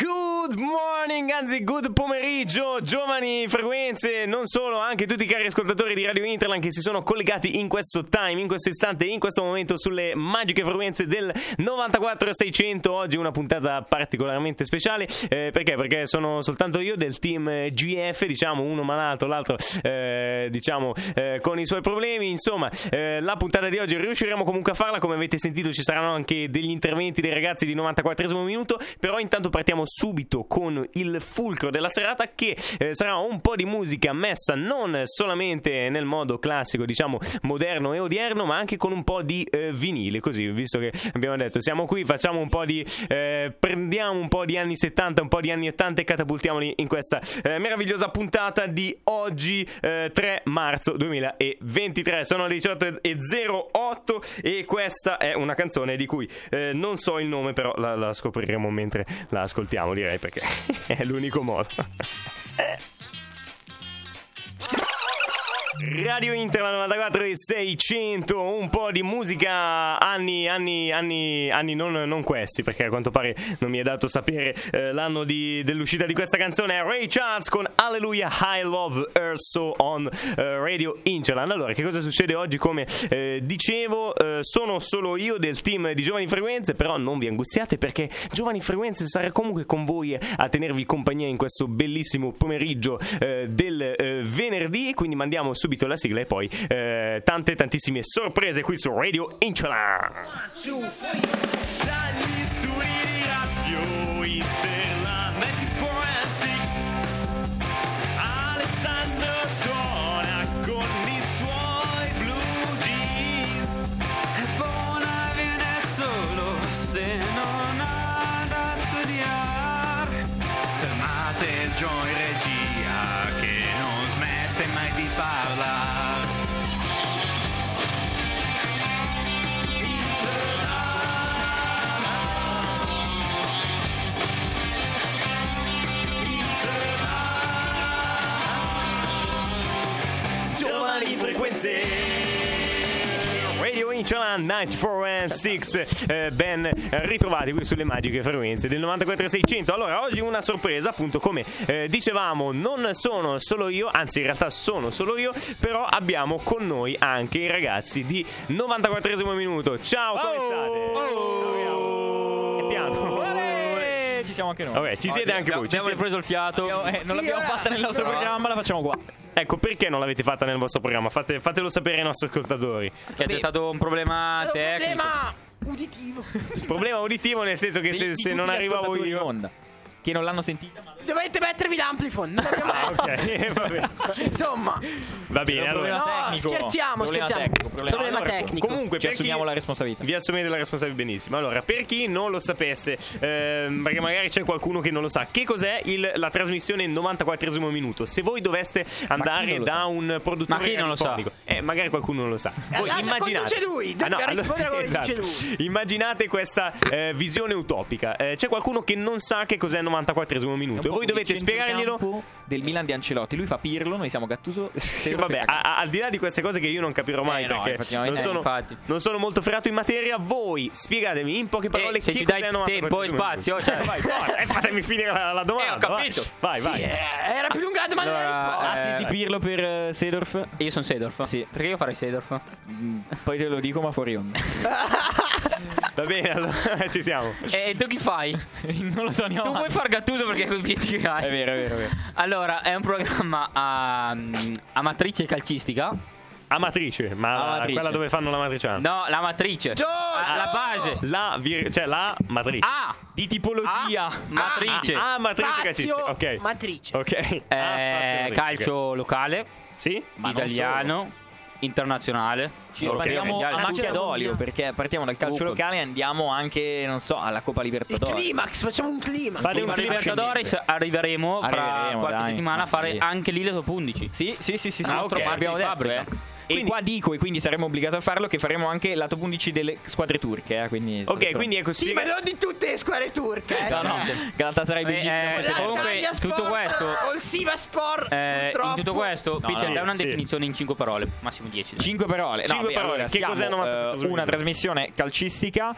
Good morning, anzi good pomeriggio, giovani frequenze, non solo, anche tutti i cari ascoltatori di Radio Interland che si sono collegati in questo time, in questo istante, in questo momento sulle magiche frequenze del 94-600. Oggi una puntata particolarmente speciale, eh, perché? Perché sono soltanto io del team eh, GF, diciamo uno malato, l'altro eh, diciamo eh, con i suoi problemi, insomma eh, la puntata di oggi riusciremo comunque a farla, come avete sentito ci saranno anche degli interventi dei ragazzi di 94esimo minuto, però intanto partiamo subito con il fulcro della serata che eh, sarà un po' di musica messa non solamente nel modo classico, diciamo moderno e odierno, ma anche con un po' di eh, vinile, così visto che abbiamo detto siamo qui, facciamo un po' di eh, prendiamo un po' di anni 70, un po' di anni 80 e catapultiamoli in questa eh, meravigliosa puntata di oggi eh, 3 marzo 2023. Sono le 18.08 e questa è una canzone di cui eh, non so il nome, però la, la scopriremo mentre la ascoltiamo, direi, perché è l'unico modo. Radio Inter 94 e 600, un po' di musica anni, anni, anni, anni non, non questi, perché a quanto pare non mi è dato sapere eh, l'anno di- dell'uscita di questa canzone. È Ray Charles con Alleluia I Love Her So on eh, Radio Interland. Allora, che cosa succede oggi? Come eh, dicevo, eh, sono solo io del team di Giovani Frequenze, però non vi angustiate perché Giovani Frequenze sarà comunque con voi a tenervi compagnia in questo bellissimo pomeriggio eh, del eh, venerdì. Quindi mandiamo subito la sigla e poi eh, tante, tantissime sorprese qui su Radio Interland. Dagli studi di Radio Interland 94.6. Alessandro suona con i suoi blue jeans E buona viene solo se non ha da studiare. Fermate il Joe in regia che non smette mai di parlare. Giovani frequenze Radio Incholan 94.6 eh, Ben ritrovati qui sulle magiche frequenze del 94.600 Allora oggi una sorpresa appunto come eh, dicevamo non sono solo io anzi in realtà sono solo io però abbiamo con noi anche i ragazzi di 94esimo minuto Ciao come state? È piano Olè! Ci siamo anche noi. Vabbè, ci siete anche abbiamo- voi, ci siete. abbiamo ripreso il fiato. Abbiamo- eh, non l'abbiamo fatta nel nostro programma, la facciamo qua. Ecco perché non l'avete fatta nel vostro programma? Fate- fatelo sapere ai nostri ascoltatori Che c'è stato un problema tecnico. uditivo. Problema uditivo nel senso che Di- se, di se tutti non gli arrivavo ascoltatori io in onda, che non l'hanno sentita. Ma... Dovete mettervi l'amplifon. non l'abbiamo Ah, messo. ok, va bene. Insomma, eh, Va bene, C'era un allora. problema no, tecnico. scherziamo, Problema scherziamo. tecnico, problema- Problema Allora, tecnico. Comunque, Ci per chi... assumiamo la responsabilità. Vi assumete la responsabilità benissimo. Allora, per chi non lo sapesse, ehm, perché magari c'è qualcuno che non lo sa, che cos'è il- la trasmissione 94esimo minuto? Se voi doveste andare lo da sa? un produttore Ma chi non lo sa? radiofonico- eh, magari qualcuno non lo sa. Voi allora immaginate, Ah, conduce lui, dobbiamo rispondere come dice esatto. immaginate questa eh, visione utopica. Eh, c'è qualcuno che non sa che cos'è il 94esimo minuto e voi dovete spiegarglielo. Del Milan di Ancelotti. Lui fa Pirlo, noi siamo Gattuso. Sì, vabbè, a- a- al di là di queste cose che io non capirò mai Eh, no, perché non effettivamente, eh, sono, infatti. non sono molto ferrato in materia, voi spiegatemi in poche parole Eh, se che ci dai cos'è 94 tempo e minuti. spazio, cioè. Eh, vai, forza, eh, fatemi finire la, la domanda. Eh, ho capito. Vai, vai. Sì, vai. eh, era più lunga la domanda della ah, Allora, risposta. assi di Pirlo per eh, Seedorf. Io sono Seedorf. Sì. Perché io farei Seedorf? Mm, Poi te lo dico, ma fuori onda. Va bene, allora eh, ci siamo. Eh. E e tu chi fai? non lo so neanche. Tu vuoi far gattuso perché con i piedi che hai. È vero, è vero, è vero. Allora, è un programma a, a matrice calcistica. Amatrice, ma la- Amatrice. quella dove fanno la matriciana. No, la matrice. Gio- alla Gio- base. La vir- cioè la matrice. A. Di tipologia. A. Matrice. Ah, matrice Spazio, calcistica, Ok. matrice. Ok. Eh, Ah, spazio matrice, calcio locale, ok. Sì? non italiano, internazionale. Ci Ok. sbagliamo mondiale. a Calcio macchia da d'olio buio. perché partiamo dal calcio Comunque. locale e andiamo anche, non so, alla Coppa Il Libertadores. climax, facciamo un climax. Fate un Alla Sì, clima Libertadores arriveremo fra Arriveremo, qualche dai, settimana a ma sì. Eh, fare anche lì le top 11. Sì, sì, sì, sì, sì. Ah, ok, abbiamo marchio detto, di eh. fabbrica. E qua dico, e quindi saremo obbligati a farlo, che faremo anche lato 11 delle squadre turche. eh, quindi Ok, quindi è così. Sì, ma non di tutte le squadre turche. eh. No, no, Galatasaray Beh, Bigitano. eh, Cioè, comunque, l'Antalya tutto Sport, questo- O il Siva Sport. Eh, in purtroppo. tutto questo, No, Peter, no, dai una sì. definizione in 5 parole, massimo 10. dai. Cinque parole. Cinque beh, parole. allora, Che siamo, cos'è novanta- eh, trasmissione? una trasmissione calcistica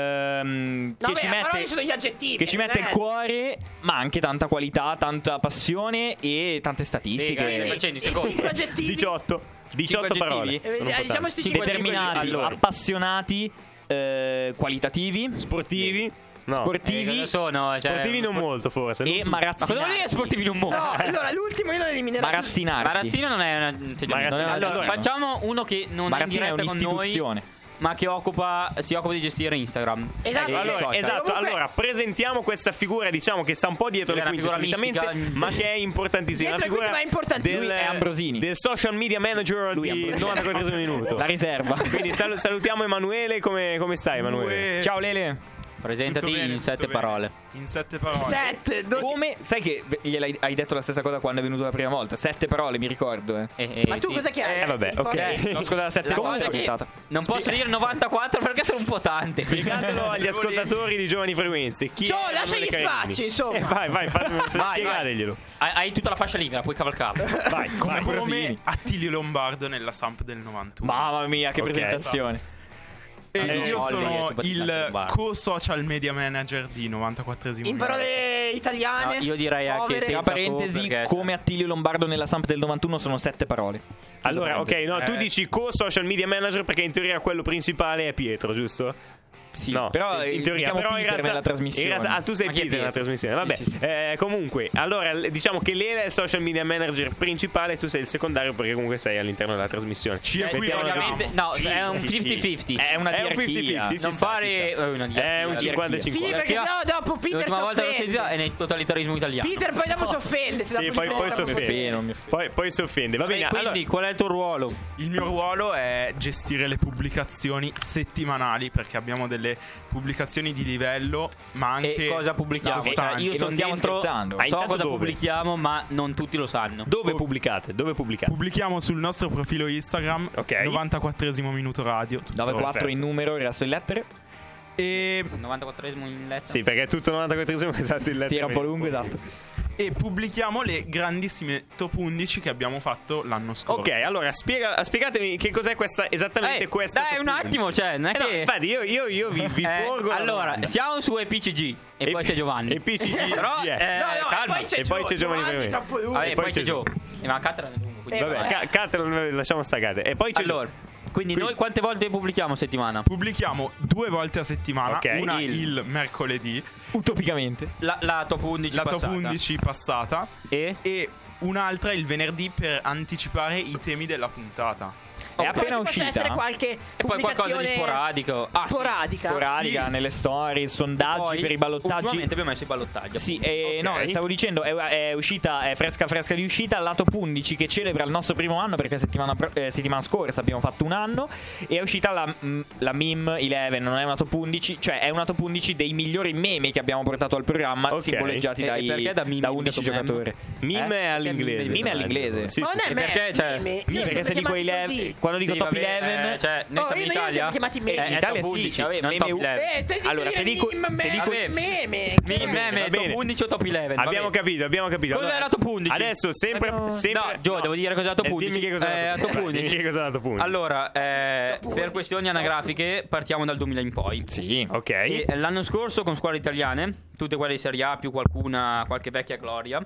ehm, No, che, beh, ci a parole sono mette, gli aggettivi. eh. che ci non mette è- il cuore, ma anche tanta qualità, tanta passione e tante statistiche. Sì, sì, sì. Facendi, secondo. Cinque aggettivi. 18. 18 aggettivi. parole. Eh, Sono eh, diciamo importanti. sti cinque determinati, aggettivi. Allora. appassionati, eh, qualitativi, Sportivi. No. Eh, sportivi cosa sono, cioè, sportivi non molto, forse. e non- Ma cosa vuol dire marazzinati. sportivi non muovono? No, allora l'ultimo io lo eliminerò. Marazzinati. Marazzino non è una non c'è già- Marazzino- non è- allora, facciamo uno che non è in Marazzino è diretta con noi, un'istituzione. ma che occupa, si occupa di gestire Instagram. Esatto, Eh, allora, i social. Esatto, Comunque- allora presentiamo questa figura, diciamo che sta un po' dietro Che le è una quinte figura solitamente, mistica. ma che è importantissima. Dietro le Una quinte, ma è importantissima. del- Lui è Ambrosini. Del social media manager Lui è di Ambrosini. 94 minuto. la riserva. Quindi sal- salutiamo Emanuele, come, come stai Emanuele? Ciao Lele. Presentati Tutto bene, in tutto sette bene. parole. In sette parole. Sette. do- Come? Sai che gliel'hai hai detto la stessa cosa quando è venuto la prima volta? Sette parole, mi ricordo. Eh. Eh, eh, Ma tu sì. cosa chiedi? Eh, vabbè, ok. Eh, No, scusa, sette La volte cosa è che puntata. non posso dire 94 perché sono un po' tante. Spiegatelo agli ascoltatori di Giovani Frequenze. Chi Ciao, è lascia Emanuele gli Carini. spazi, insomma. Eh, vai, vai, fatemi- spiegateglielo. Hai, hai tutta la fascia libera, puoi cavalcare. Vai, vai. Come Ambrosini. Attilio Lombardo nella Samp del 91. Mamma mia, che Ok. presentazione. E Eh, io no, sono sono il Lombardo. co-social media manager di 94esimo. In parole italiane. No, io direi Ah, anche povere. sì. Tra Senza parentesi, co, perché- come Attilio Lombardo nella Samp del 91 sono sette parole. Allora, ok, no, tu Eh. dici co-social media manager perché in teoria quello principale è Pietro, giusto? Sì, no, però eh, in teoria, mettiamo però in Peter realtà, nella trasmissione. in realtà- ah, tu sei Ma chi è Peter nella Pietro? trasmissione. Sì, Vabbè, sì, sì. eh, comunque, allora l- diciamo che Lela è il social media manager principale, tu sei il secondario perché comunque sei all'interno della trasmissione. Ci Cioè, equivalentiamo. teoricamente- no, Sì, è un sì, sì. 50-50. È una È un diarchia. 50-50, ci non sta, fare ci sta. eh, una È un diarchia. 55. Sì, perché Perché- sennò dopo Peter si L'ultima volta che eh, l'ho sentita offende. è nel totalitarismo italiano. Peter poi dopo si offende. se Sì, dopo poi, gli poi si prendono proprio- offende. offendo, non mi offendo. Poi, poi si offende. Va Vabbè, bene, quindi allora, qual è il tuo ruolo? Il mio ruolo è gestire le pubblicazioni settimanali perché abbiamo delle pubblicazioni di livello, ma anche e cosa pubblichiamo? costanti. Cioè, io E sono non stiamo dentro, scherzando. Ma so intanto cosa dove? pubblichiamo, ma non tutti lo sanno. dove pubblicate? Dove pubblicate? Pubblichiamo sul nostro profilo Instagram Ok. 94esimo minuto radio. 9-4 Perfetto. in numero, il resto in lettere. E, 94esimo in letto. Sì, perché è tutto 94esimo esatto il Sì, era un po' lungo, esatto. e pubblichiamo le grandissime top 11 che abbiamo fatto l'anno scorso. Ok, allora spiega- spiegatemi che cos'è questa esattamente Ehi, questa. Eh, dai, un attimo, cioè, non è Eh no, che- infatti, io, io, io vi, vi Eh, porgo. la allora, domanda. siamo su EPCG e, poi c'è Giovanni. E PCG. Però, eh, No, no, calma. e poi c'è, E poi Gio- c'è Giovanni Giovanni Vermeer. troppo lungo. Vabbè, e poi, poi c'è c'è Gio. Eh, ma Catalan è lungo, quindi Eh, Vabbè, vai. ca- Catalan, lasciamo staccate. E poi c'è Allora, quindi, noi quante volte pubblichiamo a settimana? Pubblichiamo due volte a settimana, Ok. una il, Il- mercoledì, Utopicamente. La, la top 11 la passata. top 11 passata E? e un'altra il venerdì per anticipare i temi della puntata. È Poi appena ci possa essere uscita. eh. qualche E poi qualcosa di pubblicazione sporadico. Ah, sì. sporadica. Sporadica, Sì. nelle storie, sondaggi Poi, per i ballottaggi. Ultimamente abbiamo messo i ballottaggi. Sì, eh, Ok. no, stavo dicendo, è, è uscita, è fresca fresca di uscita, lato 11 che celebra il nostro primo anno perché settimana, pro- eh, settimana scorsa abbiamo fatto un anno e è uscita la, mm, la meme 11, non è una top 11, cioè è una top 11 dei migliori meme che abbiamo portato al programma Ok. simboleggiati E- e dai, perché da meme 11 invece che giocatori. Mime Eh? è all'inglese. Mime è all'inglese. Sì, Ma sì, non sì. è E me, perché, cioè, meme, io Perché sempre se dico i chiamati lev- così. quando dico Sì, top vabbè, 11 eh, cioè, noi Oh, siamo io- in io Italia. siamo chiamati meme. Eh, è In Italia top sì, 11, vabbè, non meme top u- 11. Eh, te Allora, allora, se dico- meme, se dico- meme, Meme, che- Meme, Va bene. Eh, top 11 o top 11? va Abbiamo bene. capito, abbiamo capito. Cos'è Allora, la top 11? Adesso sempre. Abbiamo- sempre Eh, No, Gio, devo dire cos'è la top Eh, 11. Dimmi che cos'è Eh, la top top 11. 11. Dimmi che cos'è la top 11. Allora, eh, Top 11. per questioni anagrafiche partiamo dal 2000 in poi. Sì. Ok. E eh, l'anno scorso con squadre italiane, tutte quelle di Serie A più qualcuna, qualche vecchia gloria.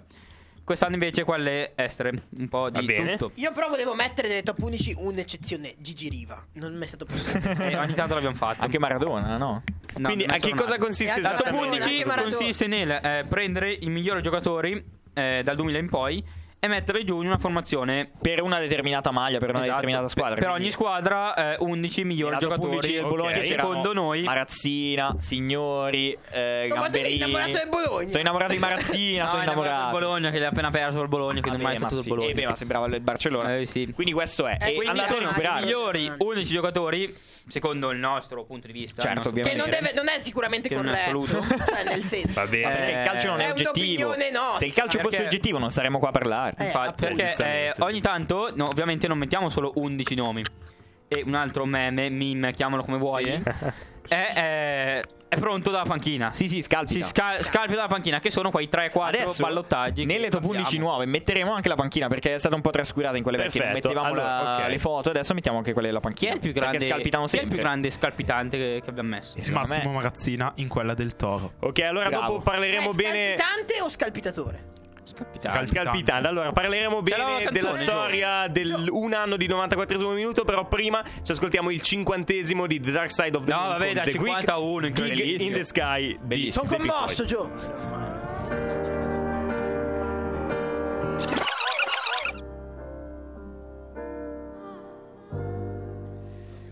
Quest'anno invece quelle estere, un po' Va di bene. tutto. Io però volevo mettere nelle top 11 un'eccezione, Gigi Riva. Non mi è stato possibile. E Eh, ogni tanto l'abbiamo fatto. Anche Maradona, no? No, Quindi, non a che sono cosa nati. consiste Eh, La top Maradona, anche 11 Maradona. consiste nel eh, prendere i migliori giocatori eh, dal 2000 in poi e mettere giù in una formazione Per una determinata maglia, per una Esatto. determinata squadra. Per per ogni quindi- squadra eh, 11 migliori Nella top giocatori 11 del ok, Bologna che c'erano secondo noi Marazzina, Signori, eh, No, ma tu sei Gamberini. innamorato del Bologna. Sono innamorato di Marazzina, No, sono è innamorato innamorato. del Bologna che l'ha appena perso il Bologna Ah, che non è mai stato il Eh, Bologna. E beh, ma sembrava il Barcellona. Eh, sì. Quindi questo è. Eh, e quindi Quindi andate a sono i recuperare. migliori 11 giocatori secondo il nostro punto di vista. Certo, il nostro ovviamente. non, punto di vedere, deve- non è sicuramente Che non è corretto. assoluto. cioè, nel senso. Va Ma bene. perché il calcio non è, Eh, È oggettivo. un'opinione nostra. Se il calcio fosse Perché- oggettivo, non saremmo qua a parlare. Eh, infatti, appunto. perché eh, Giustamente, sì. ogni tanto, no, ovviamente, non mettiamo solo 11 nomi. E un altro meme, meme, chiamalo come vuoi. È, è- è pronto dalla panchina. Sì, sì, scalpita. Si sca- scalpio dalla panchina, che sono quei 3-4 Adesso, ballottaggi. che nelle top 11 abbiamo. nuove metteremo anche la panchina perché è stata un po' trascurata in quelle vecchie. Non Perfetto, mettevamo la- allora, ok. le foto, adesso mettiamo anche quelle della Chi panchina. è il più grande, Perché scalpitano chi è il sempre. più grande scalpitante che, che abbiamo messo? E secondo Massimo me- Marazzina in quella del Toro. Ok, allora Bravo. dopo parleremo Ma è bene. Scalpitante o scalpitatore? Scalpitante. Scalpitante. Allora parleremo la bene canzone, della Gio? storia del un anno di 94 minuto. Però prima ci ascoltiamo il cinquantesimo di The Dark Side of the No, Moon vabbè, con dai, The Quick 51, Gig in bellissimo. the Sky. di Bellissimo. Sono The Pink Floyd. commosso, Gio.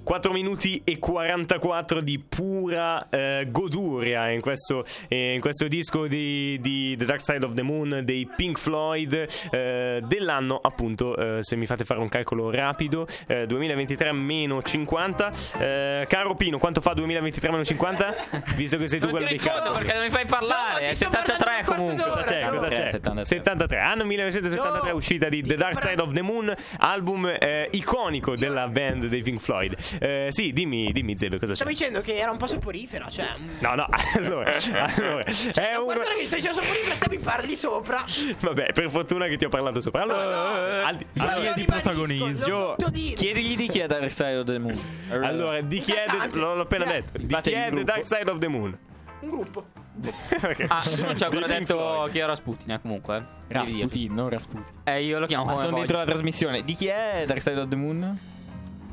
Quattro minuti e 44 di pura eh, goduria in questo, eh, in questo disco di, di The Dark Side of the Moon dei Pink Floyd eh, dell'anno appunto eh, se mi fate fare un calcolo rapido eh, 2023 meno 50 Eh, caro Pino quanto fa 2023 meno 50? visto che sei tu Non quello dei ti rispondo calcoli perché non mi fai parlare. No, È ti sto parlando 73 da quarto comunque. d'ora. Cosa c'è? Cosa c'è? 73. 73. Anno 1973, Gio, uscita di ti The Dark prego. Side of the Moon, album eh, iconico della band dei Pink Floyd. Eh, sì, dimmi, dimmi Zebe cosa c'è. Stavo dicendo che era un po' soporifero, cioè. No, no, allora, allora, è un... Guarda che stai dicendo soporifero, te mi parli sopra. Vabbè, per fortuna che ti ho parlato sopra. Allora, No, no. al- Io al- lo di ribadisco, protagonismo. l'ho Gio, fatto dire. chiedigli di chi è Dark Side of the Moon. allora, di chi è The- l'ho l'ho appena Dai, detto. Di fate chi il è The gruppo. Dark Side of the Moon? Un gruppo. Ok. Ah, tu non ci Di hai ancora Pink detto Floyd. chi era Sputin, comunque. eh. Devi Rasputin, non Rasputin. dirlo. Eh, io lo chiamo Ma come sono voglio. dentro la trasmissione. Di chi è Dark Side of the Moon?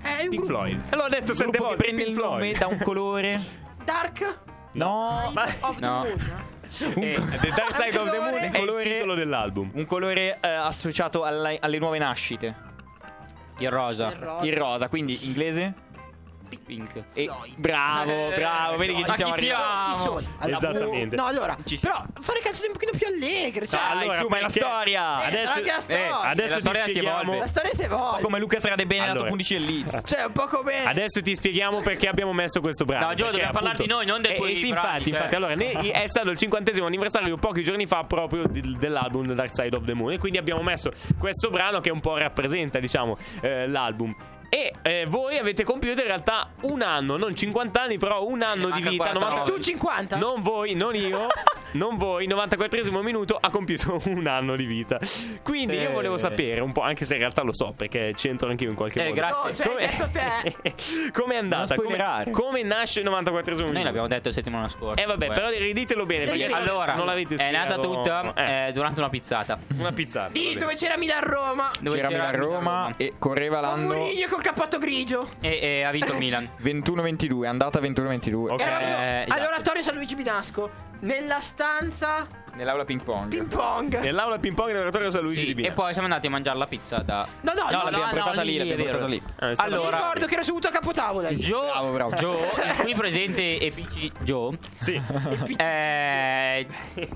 Eh, È un Pink gruppo. Floyd. E Eh, l'ho detto Il sette gruppo che volte. prende il Pink nome Floyd. da un colore. Dark. No, ma- Of the no. Moon. Eh, The Dark Side of the Moon è il Colore- titolo dell'album. un colore eh, associato alla- alle nuove nascite. il rosa. Il rosa. Il rosa, quindi inglese? Pink. E- Floyd. bravo, Eh, bravo, vedi che ma ci siamo chi arrivati. siamo? Chi sono? Allora, uh, Esattamente. No, allora, Ci Ah, si- però fare canzoni un pochino più allegre, cioè. Dai, Allora, su, ma è la perché- storia. Eh, Adesso, anche la storia. adesso La ti storia si spieghiamo. evolve. La storia se vuoi. Come Luca sarà bene alla Allora. top 11 del Eh, Leeds. Cioè, un po' come Adesso ti spieghiamo perché abbiamo messo questo brano. No, Gio, perché, dobbiamo parlare di noi, non dei Eh, tuoi eh, sì, brani, infatti, cioè. infatti. Allora, ne- è stato il cinquantesimo anniversario pochi giorni fa proprio di- dell'album The Dark Side of the Moon. E quindi abbiamo messo questo brano che un po' rappresenta, diciamo, eh, l'album. E eh, voi avete compiuto in realtà un anno, non 50 anni, però un anno di manca vita. 49. Ma tu 50? Non voi, non io. Non voi, 94esimo minuto ha compiuto un anno di vita. Quindi Sì. io volevo sapere un po', anche se in realtà lo so, perché c'entro anch'io in qualche Eh, modo. grazie. No, cioè, Come- detto te. Com'è andata? Come, spoilerare. come nasce il 94esimo Noi minuto? l'abbiamo detto settimana scorsa. Eh vabbè, però riditelo bene perché Riditelo. allora, non l'avete è nata spiegato- tutta Eh, eh, durante una pizzata. una pizzata. Di va dove bene. c'era Milan Roma. Dove c'era Milan Roma e correva Con l'anno Mourinho col cappotto grigio. E, e ha vinto il Milan. 21-22, andata 21-22. Ok. Era proprio Eh, esatto. all'oratorio San Luigi Pinasco. Nella stanza Nell'aula ping pong. ping pong. Nell'aula ping pong dell'oratorio San Luigi Sì, di Bina. e poi siamo andati a mangiare la pizza da. No, no, no, l'abbiamo no, portata no, lì, lì, è l'abbiamo vero. portata lì. Ah, è stato- allora- Mi ricordo che ero seduto a Eh, capotavola io. Joe, Bravo, bravo. Joe, il qui presente e PC Joe, Sì. eh,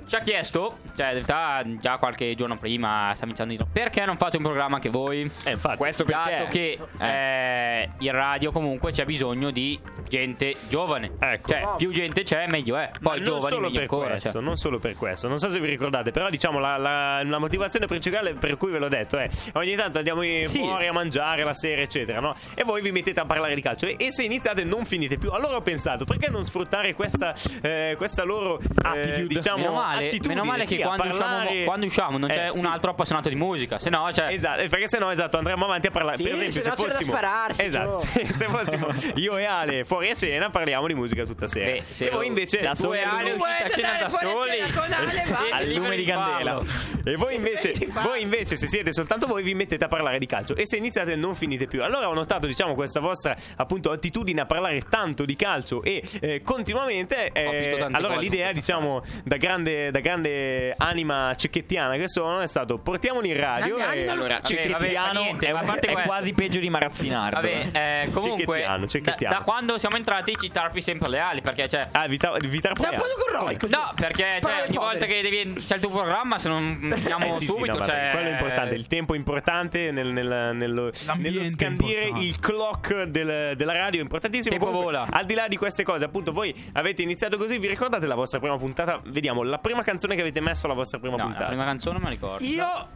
ci ha chiesto, cioè in realtà già qualche giorno prima, stiamo iniziando di no, perché non fate un programma anche voi? Eh, infatti. Questo Dato perché che eh, in radio comunque c'è bisogno di gente giovane. Ecco. Cioè, più gente c'è, meglio è. Ma Poi non giovani solo meglio per ancora. questo, cioè. non solo per questo. Non so se vi ricordate, però diciamo la, la- la motivazione principale per cui ve l'ho detto è ogni tanto andiamo in- Sì. fuori a mangiare la sera, eccetera, no? E voi vi mettete a parlare di calcio e, e se iniziate non finite più. Allora ho pensato, perché non sfruttare questa, eh, questa loro eh, Attitude. diciamo Meno male, attitudine, meno male sì, che a quando, parlare- usciamo, quando usciamo non c'è Eh, un sì. altro appassionato di musica, se no, cioè, Esatto, eh, perché sennò esatto, andremo avanti a parlare. Sì, per esempio, sennò se c'è da fossimo, spararsi, esatto, Gio. se fossimo io e Ale fuori a cena, parliamo di musica tutta sera. Beh, se e voi lo- Eh, invece, se la tu e sola- Ale, Tu uscita vuoi a cena andare da fuori soli? a cena con Ale, Sì, vai. al liberi lume di di candela. farlo. E voi invece, Che fa? voi invece, se siete soltanto voi, vi mettete a parlare di calcio e se iniziate non finite più. Allora ho notato, diciamo, questa vostra appunto attitudine a parlare tanto di calcio e eh, continuamente. eh, capito tante allora cose l'idea, in questa diciamo, da grande, da grande anima cecchettiana che sono, è stato portiamoli in radio. Grande e- anima, allora Vabbè, vabbè, Cecchettiano fa niente, è, ma a un- parte è questo- quasi peggio di Marazzinardo. Vabbè, eh, comunque, Cecchettiano, cecchettiano. Da, da quando siamo entrati ci tarpi sempre le ali, perché cioè... Ah, vi, tar- vi Sei un tarpoiamo. po' corroico. No, perché cioè, Parole ogni povere. volta volta che devi, c'è il tuo programma, se non mettiamo Eh, sì, sì, subito, no, vabbè, cioè... quello è importante. Il tempo è importante nel- nel- nello, L'ambiente nello scandire è importante. il clock del- della radio è importantissimo. Tempo Comunque, vola. Al di là di queste cose, appunto, voi avete iniziato così. Vi ricordate la vostra prima puntata? Vediamo la prima canzone che avete messo alla vostra prima No, la puntata. prima canzone me la ricordo. Eh, Io. Ah,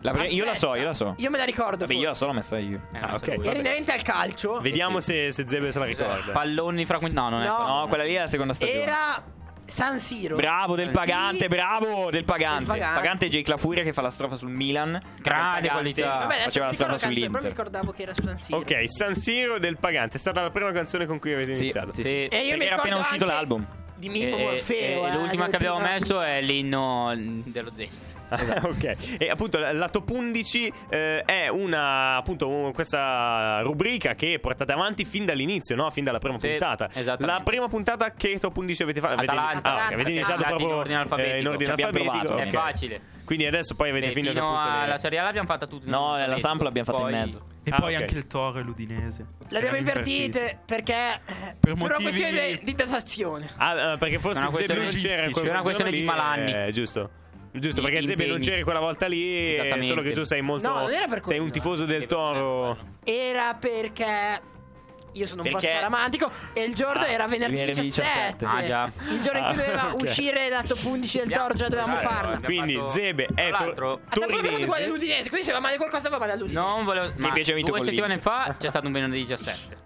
La pre- io la so, Aspetta, io la so. Io me la ricordo. Vabbè, io forse. la so, l'ho messa io. Eh, Ah, no, ok. solo Era quello. inerente al calcio. Vediamo se, se Zebe se la ricorda. Palloni fra quindi- No, non è. No. No, quella lì è la seconda stagione. Era San Siro. Bravo del Pagante, bravo del Pagante. Del Pagante. Pagante è Jake La Furia che fa la strofa sul Milan. Grande Pagante qualità. Vabbè, adesso Faceva la mi ricordo strofa la canzone, però mi sull'Inter. ricordavo che era su San Siro. ok, San Siro del Pagante. È stata la prima canzone con cui avete Sì, iniziato. sì, sì. Sì. E io mi Era appena ricordo uscito anche l'album. Di Mimmo E- Morfeo. e- e eh, l'ultima che del abbiamo primo- messo è l'inno dello Z. Ah, ok, e appunto la top 11 eh, è una appunto un- questa rubrica che portate avanti fin dall'inizio, no? Fin dalla prima Sì, puntata. esattamente. La prima puntata che top 11 avete fatto? Avete- Atalanta. ah, ok, Atalanta. avete iniziato Andati proprio in ordine alfabetico. eh, in ordine Ci abbiamo alfabetico, provato. È ok. facile. Quindi adesso poi avete Beh, finito fino appunto le- alla Serie A l'abbiamo fatta tutti. No, la Samp l'abbiamo fatta Poi- in mezzo. E Ah, poi ok. anche il Toro e l'Udinese. Le abbiamo Erano invertite perché. Per una motivi- questione di- di datazione. Ah, eh, perché È forse una Zebe questione non c'era logistica, in quel è una giorno questione di lì, malanni. eh, giusto. Giusto, Di perché Zebe non impegni. c'era quella volta lì, eh, solo che Esattamente. eh, tu sei molto No, non era per sei un quello. tifoso del Toro. Era perché. Io sono un Perché- po' scaramantico e il giorno Ah, era venerdì, venerdì 17. 17. Ah, già. Il giorno in cui Ah, doveva ok. uscire la top 11 del Toro, già dovevamo Guarda, farla. Eh, abbiamo Quindi fatto- Zebe è Tra tor- l'altro- Ma dopo abbiamo qua torinese. all'Udinese, quindi se va male qualcosa va male all'Udinese. Non volevo. Ma piace vinto due con settimane l'Inter. fa c'è stato un venerdì 17.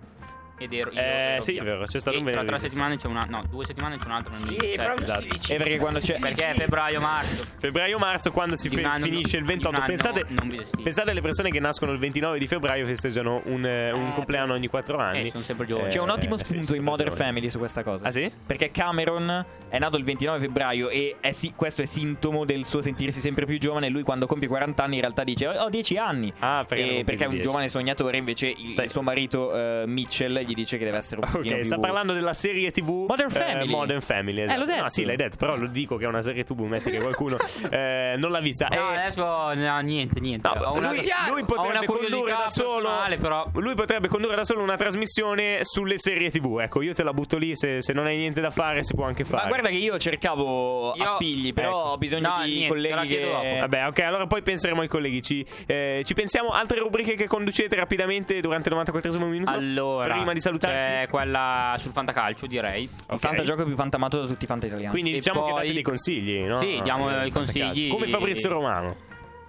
Ed ero. io Eh, ero sì, via. è vero, c'è stato E un tra venerdì tre settimane c'è una. No, due settimane c'è un altro venerdì. Sì, 17. però non esatto. si dice. E Eh, perché quando c'è- Eh, Perché eh, è febbraio, marzo. Febbraio-marzo quando si Di fe- un anno- finisce il di un 28. anno Pensate, non vi- sì. pensate alle persone che nascono il 29 di febbraio e festeggiano un, eh, un Eh, compleanno ogni 4 anni. Eh, sono sempre giovani. Eh, C'è un ottimo sì, spunto sono in Modern giovani. Family su questa cosa. Ah, sì? Perché Cameron è nato il 29 febbraio e è si- questo è sintomo del suo sentirsi sempre più giovane. Lui quando compie 40 anni in realtà dice ho 10 anni. Ah, perché E non compie Eh, perché è un 10. giovane sognatore, invece il, Sai- il suo marito eh, Mitchell gli dice che deve essere un pochino Ok, più sta parlando della serie TV Modern eh, Family. Modern Family, Eh, esatto. l'ho detto. No, sì, l'hai detto, però lo dico che è una serie TV, metti che qualcuno eh, non l'ha vista. No, Eh, adesso no, niente, niente. No, Ho una- lui, chiaro, lui ho potrebbe una condurre curiosità da solo personale, però. Lui potrebbe condurre da solo una trasmissione sulle serie TV. Ecco, io te la butto lì. Se, se non hai niente da fare, si può anche fare. Ma guarda che io cercavo Io- appigli, però Ecco. ho bisogno No, di niente, te la colleghi chiedo dopo. che... Vabbè, ok, allora poi penseremo ai colleghi. Ci, eh, ci pensiamo altre rubriche che conducete rapidamente durante il 94 minuto. Allora, prima di salutarci. C'è quella sul fantacalcio, direi. Ok. Fanta gioco più fantamato da tutti i fanta italiani. Quindi E diciamo che poi- date dei consigli, no? Sì, diamo Eh, i consigli. Come Fabrizio Romano,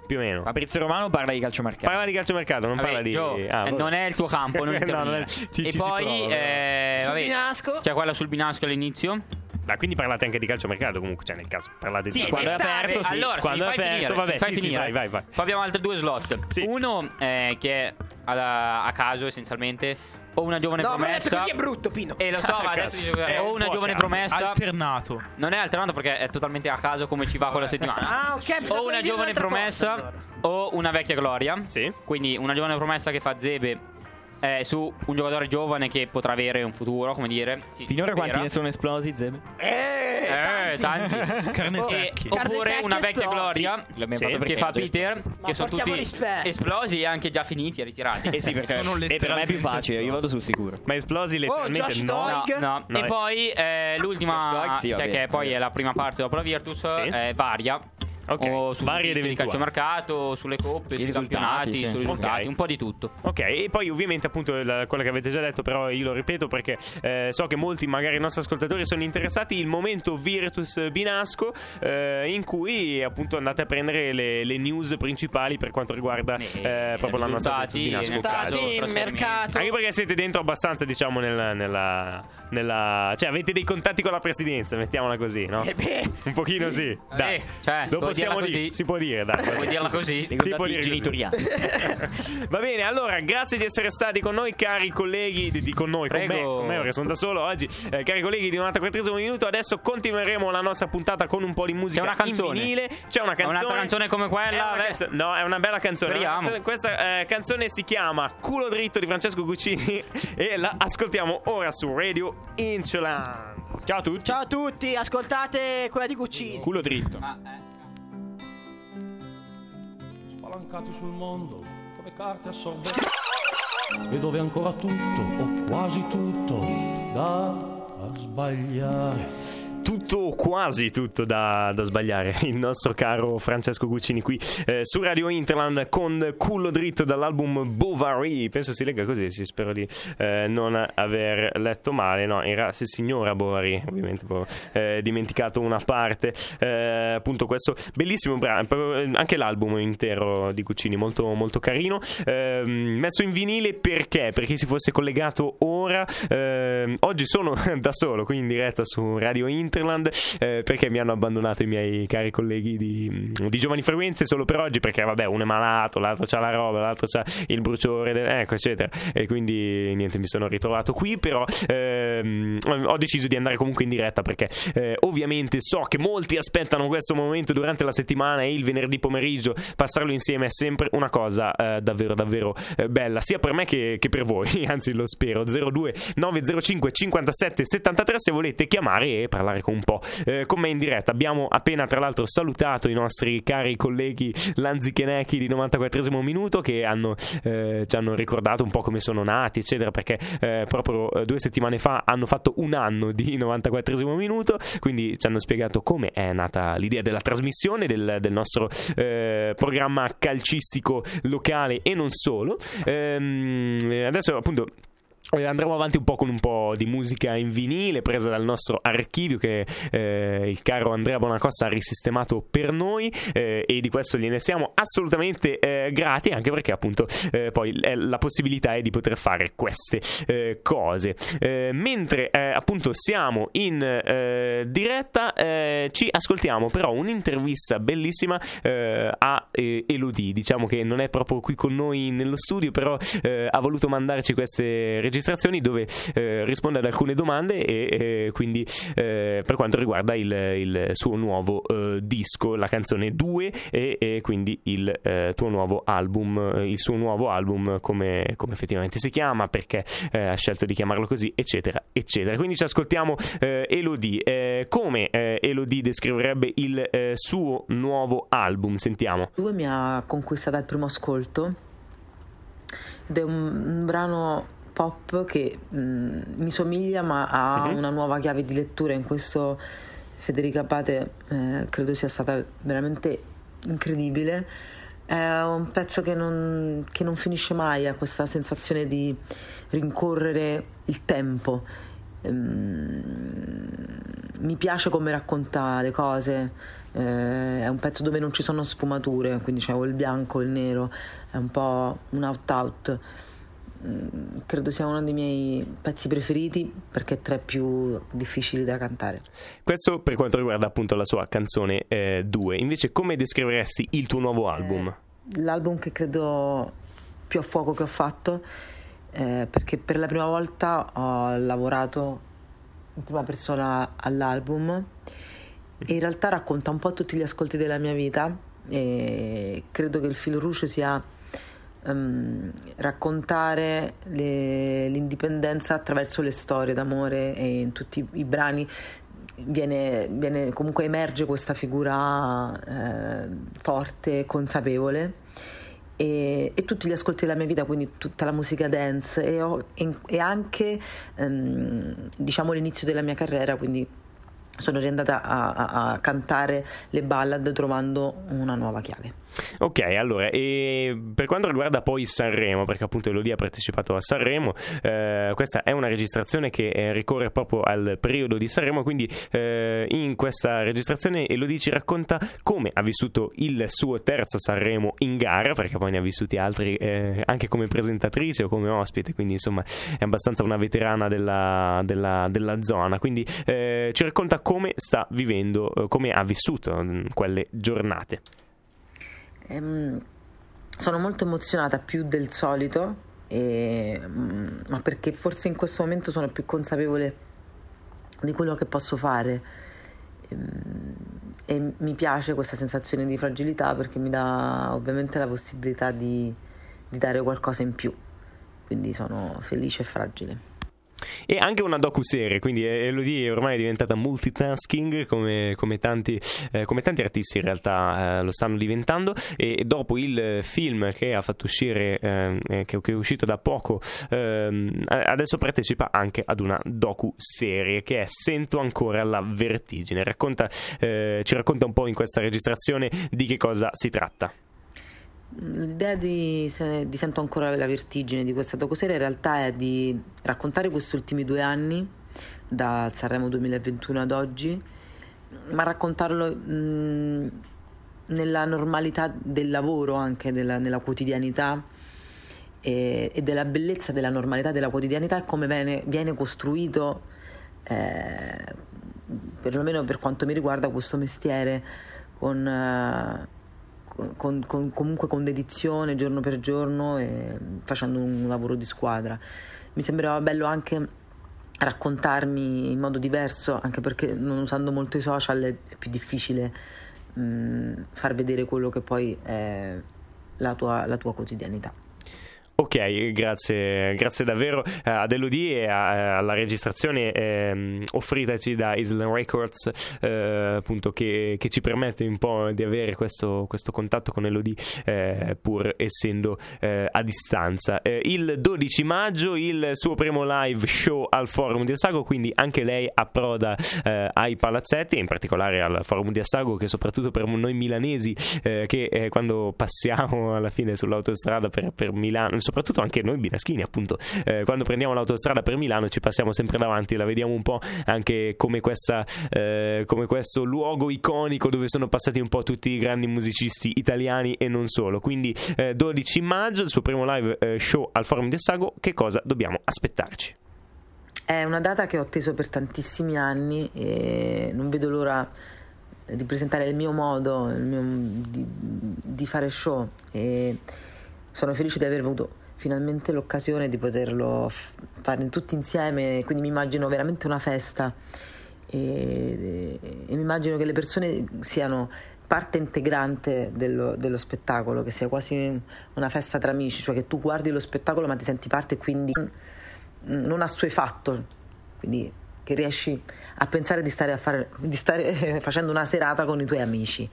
più o meno. Fabrizio Romano parla di calciomercato. Parla di calciomercato, non Vabbè, parla di. Gio, ah, eh, vabbè. non è il tuo campo, non No, intervenire. non è- ci- E ci si poi, prova, eh, Sul vabbè, Binasco. c'è quella sul binasco all'inizio. Ma quindi parlate anche di calciomercato, comunque, cioè nel caso parlate Sì, di. quando è d'estate. aperto sì. allora, quando se mi è fai aperto, finire, vabbè, se mi fai sì, sì, finire. vai, vai, vai. Poi abbiamo altri due slot. Sì. Uno eh, che è a, a caso essenzialmente o una giovane No, ma adesso promessa. Eh, così è brutto, Pino. E lo so, ma Cazzo. adesso dice- È o un una po' giovane cazzo. promessa. Alternato. Non è alternato perché è totalmente a caso come ci va quella settimana. Ah, ok. pensavo o una volevi dire giovane un'altra promessa cosa, allora. o una vecchia gloria. Sì. Quindi una giovane promessa che fa Zebe eh, su un giocatore giovane che potrà avere un futuro, come dire. Sì, Finora quanti vera. ne sono esplosi, Zeb? Eh, Eh, tanti. Carne O- secchi. e- oppure Carnesecchi una vecchia esplosi. gloria L'abbiamo Sì, fatto perché che fa ho già Peter, risposto. che sono portiamo tutti rispetto. esplosi e anche già finiti e ritirati. Eh sì, perché e per me Sono è più letteralmente facile, io vado sul sicuro. Ma esplosi letteralmente Oh, Josh no. Doyle. Doig. No, No, e eh. poi eh, l'ultima, Josh Doig, sì, cioè, vabbè. che poi è la prima parte dopo la Virtus, Sì. è varia. Ok, O sui varie ed notizie di eventuali. calciomercato, sulle coppe, I sui risultati, campionati, sì, sui sì, sì. risultati, Ok. un po' di tutto. Ok, e poi ovviamente appunto il- quello che avete già detto, però io lo ripeto perché eh, so che molti magari i nostri ascoltatori sono interessati, il momento Virtus Binasco eh, in cui appunto andate a prendere le, le news principali per quanto riguarda Eh, eh, proprio la nostra Virtus risultati, Binasco. risultati. calcio. Tati, trasferimento. mercato. Anche perché siete dentro abbastanza diciamo nella, nella, nella- cioè avete dei contatti con la presidenza, mettiamola così, no? Eh beh, Un pochino sì, dai. Eh, cioè, Dopo puoi dirla siamo lì, così. si può dire, dai. Vuoi dirla così? può Dei contatti dire così. genitoriali. Va bene, allora grazie di essere stati con noi, cari colleghi. Di, di- con noi, con me, Prego. con me, perché sono da solo oggi. Eh, cari colleghi di 94 minuto. Adesso continueremo la nostra puntata con un po' di musica C'è una canzone. in vinile. C'è una È canzone. un'altra canzone come È quella, una beh, canzo- no, è una bella canzone. Speriamo. Una canzone- Questa eh, canzone si chiama Culo dritto di Francesco Guccini e la ascoltiamo ora su Radio Insulan. Ciao a tutti. Ciao a tutti, ascoltate quella di Guccini. Culo dritto. spalancati sul mondo come carte a sorvento e dove ancora tutto o quasi tutto da sbagliare tutto o quasi tutto da, da sbagliare. Il nostro caro Francesco Guccini qui eh, su Radio Interland con Cullo Dritto dall'album Bovary. Penso si legga così, sì, spero di eh, non aver letto male. No, era se signora Bovary, ovviamente ho eh, dimenticato una parte. Eh, appunto questo bellissimo brano, Ah, eh, proprio- anche l'album intero di Guccini, molto, molto carino. Ehm, messo in vinile perché? Per chi si fosse collegato ora, ehm, oggi sono da solo qui in diretta su Radio Interland eh, perché mi hanno abbandonato i miei cari colleghi di, di Giovani Frequenze solo per oggi perché vabbè uno è malato, l'altro c'ha la roba, l'altro c'ha il bruciore, del- ecco eccetera e quindi niente mi sono ritrovato qui però ehm, ho deciso di andare comunque in diretta perché eh, ovviamente so che molti aspettano questo momento durante la settimana e il venerdì pomeriggio passarlo insieme è sempre una cosa eh, davvero davvero eh, bella sia per me che, che per voi anzi lo spero 02 905 57 73 se volete chiamare e parlare con un po' eh, con me in diretta abbiamo appena tra l'altro salutato i nostri cari colleghi Lanzichenecchi di 94esimo minuto che hanno, eh, ci hanno ricordato un po' come sono nati eccetera perché eh, proprio eh, due settimane fa hanno fatto un anno di 94esimo minuto quindi ci hanno spiegato come è nata l'idea della trasmissione del, del nostro eh, programma calcistico locale e non solo Ehm, eh, adesso appunto eh, Andremo avanti un po' con un po' di musica in vinile presa dal nostro archivio che eh, il caro Andrea Bonacosta ha risistemato per noi eh, e di questo gliene siamo assolutamente eh, grati anche perché appunto eh, poi eh, la possibilità è di poter fare queste eh, cose. Eh, mentre eh, appunto siamo in eh, diretta eh, ci ascoltiamo però un'intervista bellissima eh, a eh, Elodie, diciamo che non è proprio qui con noi nello studio però eh, ha voluto mandarci queste registrazioni dove eh, risponde ad alcune domande e eh, quindi eh, per quanto riguarda il, il suo nuovo eh, disco, la canzone 2 e, e quindi il eh, tuo nuovo album, eh, il suo nuovo album come, come effettivamente si chiama, perché eh, ha scelto di chiamarlo così, eccetera, eccetera. Quindi ci ascoltiamo eh, Elodie. Eh, come eh, Elodie descriverebbe il eh, suo nuovo album? Sentiamo. 2 mi ha conquistata al primo ascolto ed è un, un brano pop che mh, mi somiglia ma ha Mhm. una nuova chiave di lettura in questo Federica Pate eh, credo sia stata veramente incredibile è un pezzo che non, che non finisce mai ha questa sensazione di rincorrere il tempo Ehm, mi piace come racconta le cose, eh, è un pezzo dove non ci sono sfumature, quindi c'è o il bianco o il nero, è un po' un out-out. Mm, Credo sia uno dei miei pezzi preferiti perché è tra i più difficili da cantare. Questo per quanto riguarda appunto la sua canzone 2. Invece come descriveresti il tuo nuovo album? Eh, l'album che credo più a fuoco che ho fatto eh, perché per la prima volta ho lavorato in prima persona all'album e in realtà racconta un po' tutti gli ascolti della mia vita e credo che il filo rouge sia ehm, raccontare le- l'indipendenza attraverso le storie d'amore e in tutti i brani viene, viene- comunque emerge questa figura eh, forte, consapevole e, e tutti gli ascolti della mia vita, quindi tutta la musica dance e, ho- e- e anche ehm, diciamo l'inizio della mia carriera, quindi sono riandata a- a- a cantare le ballad trovando una nuova chiave. Ok, allora, e per quanto riguarda poi Sanremo, perché appunto Elodie ha partecipato a Sanremo, eh, questa è una registrazione che eh, ricorre proprio al periodo di Sanremo, quindi eh, in questa registrazione Elodie ci racconta come ha vissuto il suo terzo Sanremo in gara, perché poi ne ha vissuti altri eh, anche come presentatrice o come ospite, quindi insomma è abbastanza una veterana della, della- della zona, quindi eh, ci racconta come sta vivendo, eh, come ha vissuto mm, quelle giornate. Ehm, sono molto emozionata più del solito, e, mm, ma perché forse in questo momento sono più consapevole di quello che posso fare. Ehm, e mi piace questa sensazione di fragilità perché mi dà ovviamente la possibilità di, di dare qualcosa in più. Quindi sono felice e fragile. e anche una docu-serie, quindi eh, Elodie è ormai diventata multitasking come, come tanti, eh, come tanti artisti in realtà eh, lo stanno diventando e, e dopo il eh, film che ha fatto uscire, ehm, eh, che, che è uscito da poco, ehm, a- adesso partecipa anche ad una docu-serie che è Sento ancora la vertigine, Racconta, eh, ci racconta un po' in questa registrazione di che cosa si tratta. L'idea di, se- di Sento ancora la vertigine di questa docuserie in realtà è di raccontare questi ultimi due anni, da Sanremo 2021 ad oggi, ma raccontarlo mh, nella normalità del lavoro anche, della- nella quotidianità e, e della bellezza della normalità, della quotidianità e come viene, viene costruito, eh, perlomeno per quanto mi riguarda, questo mestiere con... eh, con- con- comunque con dedizione giorno per giorno e facendo un lavoro di squadra. Mi sembrava bello anche raccontarmi in modo diverso, anche perché non usando molto i social è è più difficile mm, far vedere quello che poi è la tua- la tua quotidianità. Ok, grazie, grazie davvero eh, ad Elodie e a- eh, alla registrazione ehm, offritaci da Island Records, eh, appunto, che, che ci permette un po' di avere questo, questo contatto con Elodie, eh, pur essendo eh, a distanza. Eh, il 12 maggio il suo primo live show al Forum di Assago, quindi anche lei approda eh, ai palazzetti, e in particolare al Forum di Assago, che soprattutto per noi milanesi eh, che eh, quando passiamo alla fine sull'autostrada per, per Milano, soprattutto anche noi binaschini appunto, eh, quando prendiamo l'autostrada per Milano ci passiamo sempre davanti, la vediamo un po' anche come, questa, eh, come questo luogo iconico dove sono passati un po' tutti i grandi musicisti italiani e non solo. Quindi eh, 12 maggio, il suo primo live eh, show al Forum di Assago, che cosa dobbiamo aspettarci? È una data che ho atteso per tantissimi anni e non vedo l'ora di presentare il mio modo il mio- di, di fare show e sono felice di aver avuto finalmente l'occasione di poterlo f- fare tutti insieme, quindi mi immagino veramente una festa e, e mi immagino che le persone siano parte integrante dello, dello spettacolo, che sia quasi una festa tra amici, cioè che tu guardi lo spettacolo ma ti senti parte e quindi non assuefatto, quindi che riesci a pensare di stare, a fare, di stare facendo una serata con i tuoi amici.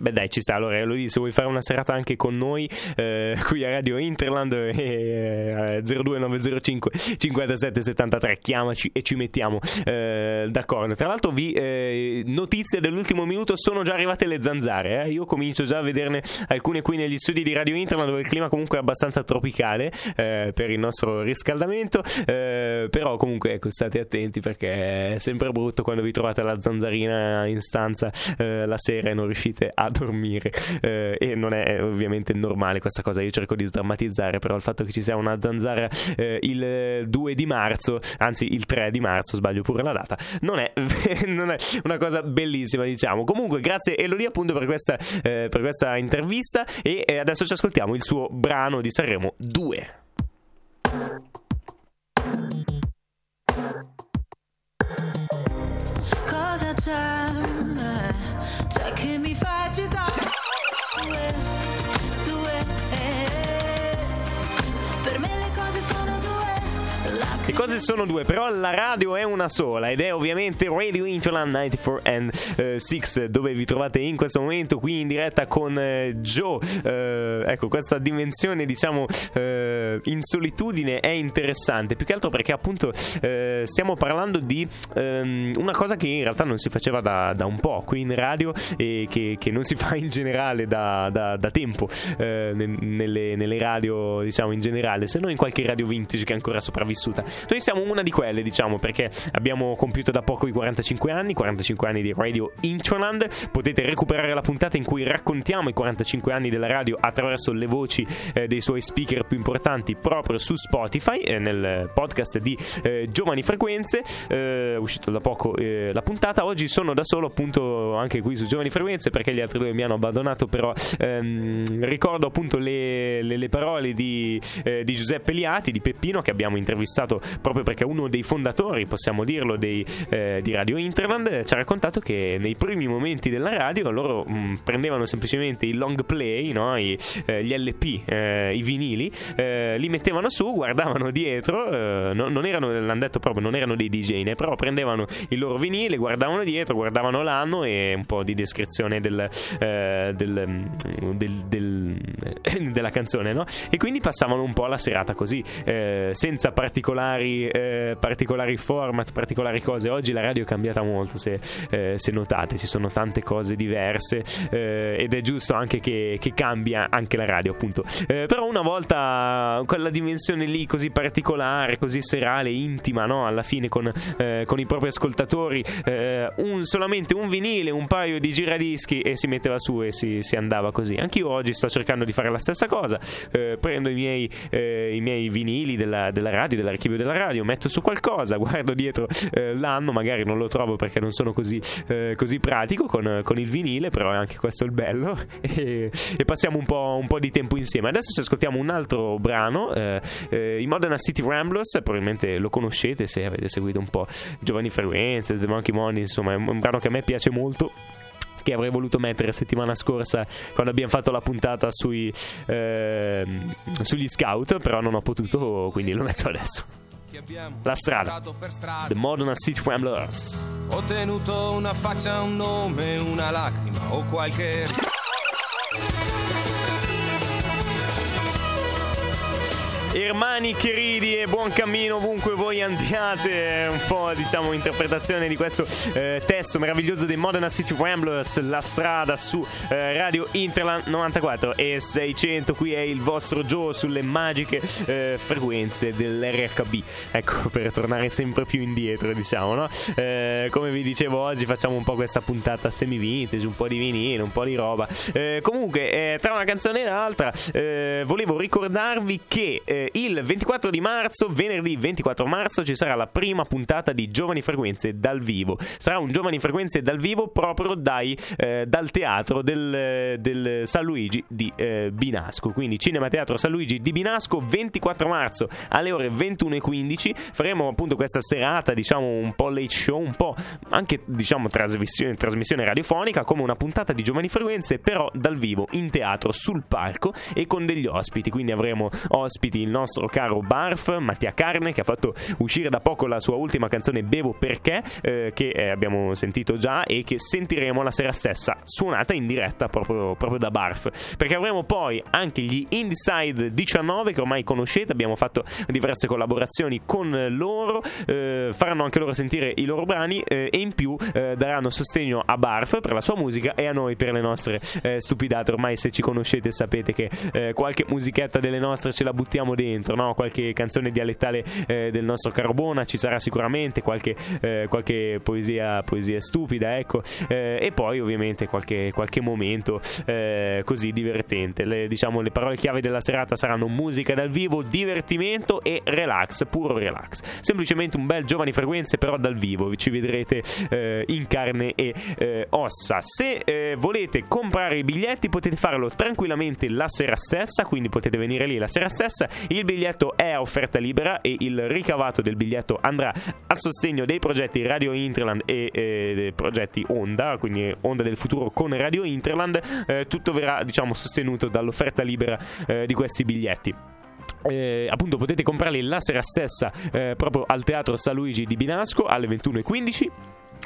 Beh dai, ci sta. Allora, Elodie, se vuoi fare una serata anche con noi, eh, qui a Radio Interland, eh, 02905 5773, chiamaci e ci mettiamo eh, d'accordo. Tra l'altro, vi eh, notizie dell'ultimo minuto, sono già arrivate le zanzare. eh. Io comincio già a vederne alcune qui negli studi di Radio Interland, dove il clima comunque è abbastanza tropicale eh, per il nostro riscaldamento. Eh, però comunque ecco, state attenti perché è sempre brutto quando vi trovate la zanzarina in stanza eh, la sera e non riuscite a dormire Eh, e non è eh, ovviamente normale questa cosa io cerco di sdrammatizzare però il fatto che ci sia una zanzara eh, il eh, 2 di marzo anzi il 3 di marzo sbaglio pure la data non è, non è una cosa bellissima diciamo comunque grazie Elodia appunto per questa, eh, per questa intervista e eh, adesso ci ascoltiamo il suo brano di Sanremo 2 cosa c'è? C'è che mi fa agitare Due, due eh. Per me le cose sono due Le lacrime cose sono due, però la radio è una sola ed è ovviamente Radio Interland 94 and 6 dove vi trovate in questo momento qui in diretta con eh, Joe. Eh, ecco, questa dimensione diciamo eh, in solitudine è interessante, più che altro perché appunto eh, stiamo parlando di ehm, una cosa che in realtà non si faceva da, da un po' qui in radio e che, che non si fa in generale da, da- da tempo eh, ne- nelle, nelle radio diciamo in generale, se non in qualche radio vintage che è ancora sopravvissuta. Noi siamo una di quelle, diciamo, perché abbiamo compiuto da poco i 45 anni, 45 anni di Radio Introland. Potete recuperare la puntata in cui raccontiamo i 45 anni della radio attraverso le voci eh, dei suoi speaker più importanti proprio su Spotify, eh, nel podcast di eh, Giovani Frequenze. Eh, è uscito da poco eh, la puntata. Oggi sono da solo, appunto, anche qui su Giovani Frequenze, perché gli altri due mi hanno abbandonato. Però ehm, ricordo appunto le, le- le parole di, eh, di Giuseppe Liati, di Peppino, che abbiamo intervistato proprio perché uno dei fondatori, possiamo dirlo, dei, eh, di Radio Interland eh, ci ha raccontato che nei primi momenti della radio loro mh, prendevano semplicemente i long play, no? I, eh, gli LP, eh, i vinili, eh, li mettevano su, guardavano dietro, eh, no- non erano, l'hanno detto proprio, non erano dei DJ, né, però prendevano il loro vinile, guardavano dietro, guardavano l'anno e un po' di descrizione del, eh, del, mm, del- del- della canzone, no? E quindi passavano un po' la serata così, eh, senza particolari, eh, particolari format, particolari cose. Oggi la radio è cambiata molto, se, eh, se notate, ci sono tante cose diverse eh, ed è giusto anche che, che cambia anche la radio, appunto. Eh, però una volta quella dimensione lì così particolare, così serale, intima, no? Alla fine con, eh, con i propri ascoltatori, eh, un- solamente un vinile, un paio di giradischi e si metteva su e si, si andava così. Anch'io oggi sto cercando di fare la stessa cosa, eh, prendo i miei, eh, i miei vinili della, della radio, dell'archivio della radio, metto su qualcosa, guardo dietro eh, l'anno, magari non lo trovo perché non sono così, eh, così pratico con, con il vinile, però è anche questo il bello e, e passiamo un po', un po' di tempo insieme. Adesso ci ascoltiamo un altro brano, eh, eh, i Modena City Ramblers, probabilmente lo conoscete se avete seguito un po' Giovanni Frequenze, The Monkey Money, insomma è un brano che a me piace molto. Che avrei voluto mettere settimana scorsa quando abbiamo fatto la puntata sui, ehm, sugli scout, però non ho potuto, quindi lo metto adesso. che abbiamo La strada, dato per strada. The Modena City Ramblers. Ho tenuto una faccia, un nome, una lacrima o qualche. Irmani Chiridi e buon cammino ovunque voi andiate. Un po', diciamo, interpretazione di questo eh, testo meraviglioso dei Modena City Ramblers, La strada su eh, Radio Interland 94 e 600. Qui è il vostro Joe sulle magiche eh, frequenze dell'RHB. Ecco, per tornare sempre più indietro, diciamo, no? Eh, come vi dicevo oggi, facciamo un po' questa puntata semi-vintage, un po' di vinile, un po' di roba. Eh, comunque, eh, tra una canzone e l'altra, eh, volevo ricordarvi che eh, il 24 di marzo, venerdì 24 marzo, ci sarà la prima puntata di Giovani Frequenze dal vivo. Sarà un Giovani Frequenze dal vivo proprio dai, eh, dal teatro del, del San Luigi di eh, Binasco. Quindi Cinema Teatro San Luigi di Binasco, 24 marzo alle ore 21.15. Faremo appunto questa serata, diciamo un po' late show, un po' anche diciamo trasmissione, trasmissione radiofonica come una puntata di Giovani Frequenze però dal vivo in teatro sul palco e con degli ospiti quindi avremo ospiti il nostro caro Barf Mattia Carne che ha fatto uscire da poco la sua ultima canzone Bevo perché eh, che eh, abbiamo sentito già e che sentiremo la sera stessa suonata in diretta proprio, proprio da Barf perché avremo poi anche gli Inside 19 che ormai conoscete abbiamo fatto diverse collaborazioni con loro eh, faranno anche loro sentire i loro brani eh, e in più eh, daranno sostegno a Barf per la sua musica e a noi per le nostre eh, stupidate ormai se ci conoscete sapete che eh, qualche musichetta delle nostre ce la buttiamo dentro no? qualche canzone dialettale eh, del nostro Carbona ci sarà sicuramente qualche, eh, qualche poesia, poesia stupida ecco Eh, e poi ovviamente qualche, qualche momento eh, così divertente le, diciamo le parole chiave della serata saranno musica dal vivo divertimento e relax puro relax semplicemente un bel giovani frequenze però dal vivo ci vedrete eh, in carne e eh, ossa se eh, volete comprare i biglietti potete farlo tranquillamente la sera stessa quindi potete venire lì la sera stessa il biglietto è a offerta libera e il ricavato del biglietto andrà a sostegno dei progetti Radio Interland e eh, dei progetti Onda quindi Onda del futuro con Radio Interland eh, tutto verrà diciamo sostenuto dall'offerta libera eh, di questi biglietti eh, appunto potete comprarli la sera stessa eh, proprio al teatro San Luigi di Binasco alle 21.15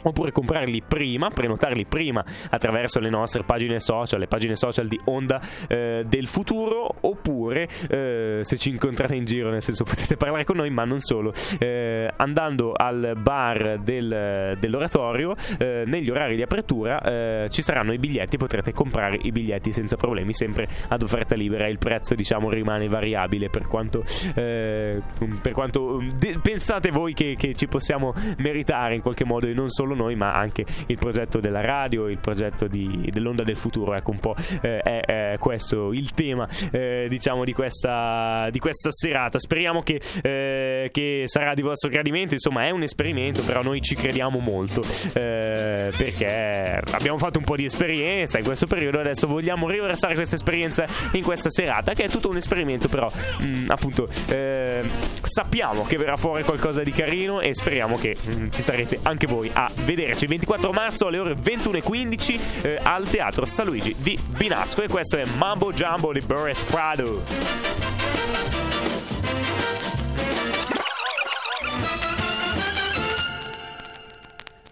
Oppure comprarli prima, prenotarli prima attraverso le nostre pagine social, le pagine social di Onda eh, del Futuro, oppure eh, se ci incontrate in giro, nel senso potete parlare con noi, ma non solo, eh, andando al bar del- dell'oratorio, eh, negli orari di apertura eh, ci saranno i biglietti, potrete comprare i biglietti senza problemi, sempre ad offerta libera, il prezzo diciamo rimane variabile per quanto, eh, per quanto um, de- pensate voi che, che ci possiamo meritare in qualche modo e non solo noi ma anche il progetto della radio, il progetto di- dell'onda del futuro, ecco un po' eh, è, è è questo il tema eh, diciamo di questa, di questa serata speriamo che, eh, che sarà di vostro gradimento insomma è un esperimento però noi ci crediamo molto eh, perché abbiamo fatto un po' di esperienza in questo periodo adesso vogliamo riversare questa esperienza in questa serata che è tutto un esperimento però mm, appunto eh, sappiamo che verrà fuori qualcosa di carino e speriamo che mm, ci sarete anche voi a vederci 24 marzo alle ore 21.15 eh, al teatro San Luigi di Vinasco e questo è Mambo Jumbo di Boris Prado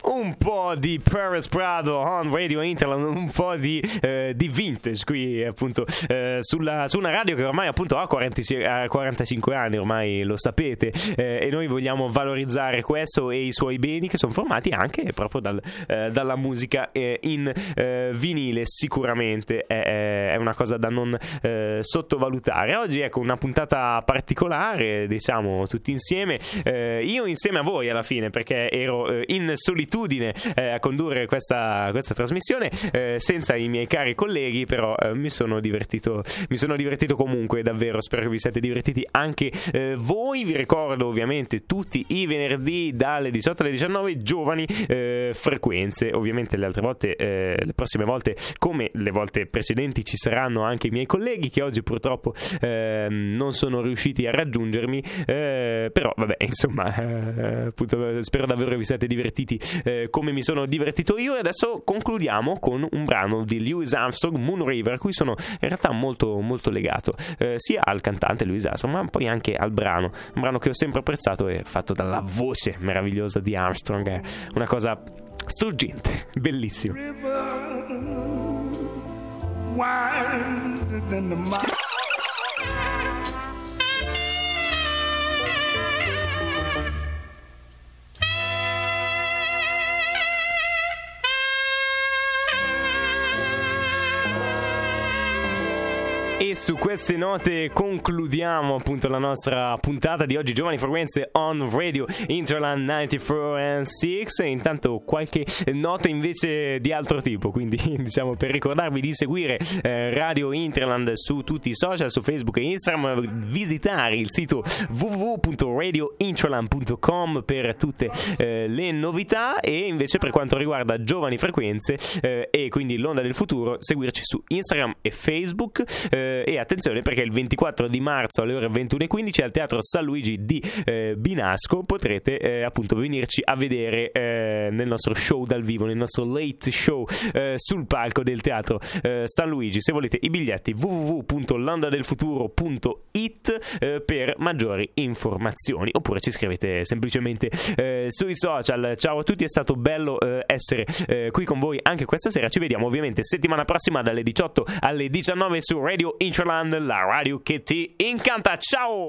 un po' di Paris Prado on Radio Interland, un po' di, eh, di vintage qui appunto eh, sulla, su una radio che ormai appunto ha 46 ha 45 anni, ormai lo sapete eh, e noi vogliamo valorizzare questo e i suoi beni che sono formati anche proprio dal, eh, dalla musica eh, in eh, vinile sicuramente è, è- è una cosa da non eh, sottovalutare. Oggi ecco una puntata particolare, diciamo tutti insieme, eh, io insieme a voi alla fine perché ero eh, in solitudine eh, a condurre questa, questa trasmissione eh, senza i miei cari colleghi, però eh, mi sono divertito, mi sono divertito comunque davvero, spero che vi siate divertiti anche eh, voi, vi ricordo ovviamente tutti i venerdì dalle 18 alle 19 giovani eh, frequenze, ovviamente le altre volte, eh, le prossime volte come le volte precedenti ci saranno anche i miei colleghi che oggi purtroppo ehm, non sono riusciti a raggiungermi, eh, però vabbè insomma eh, appunto, eh, spero davvero che vi siate divertiti eh, come mi sono divertito io e adesso concludiamo con un brano di Louis Armstrong, Moon River, a cui sono in realtà molto, molto legato, eh, sia al cantante Louis Armstrong ma poi anche al brano, un brano che ho sempre apprezzato e fatto dalla voce meravigliosa di Armstrong, è una cosa struggente, bellissima. wider than the mile. E su queste note concludiamo appunto la nostra puntata di oggi Giovani Frequenze on Radio Interland 94 and 6 Intanto qualche nota invece di altro tipo Quindi diciamo per ricordarvi di seguire eh, Radio Interland su tutti i social Su Facebook e Instagram Visitare il sito www.radiointerland.com per tutte eh, le novità E invece per quanto riguarda Giovani Frequenze eh, E quindi l'onda del futuro Seguirci su Instagram e Facebook eh, e attenzione perché il 24 di marzo alle ore 21.15 al Teatro San Luigi di eh, Binasco potrete eh, appunto venirci a vedere eh, nel nostro show dal vivo, nel nostro late show eh, sul palco del Teatro eh, San Luigi. Se volete i biglietti www.landadelfuturo.it eh, per maggiori informazioni oppure ci scrivete semplicemente eh, sui social. Ciao a tutti, è stato bello eh, essere eh, qui con voi anche questa sera. Ci vediamo ovviamente settimana prossima dalle 18 alle 19 su Radio Intraland, la radio che ti incanta. Ciao!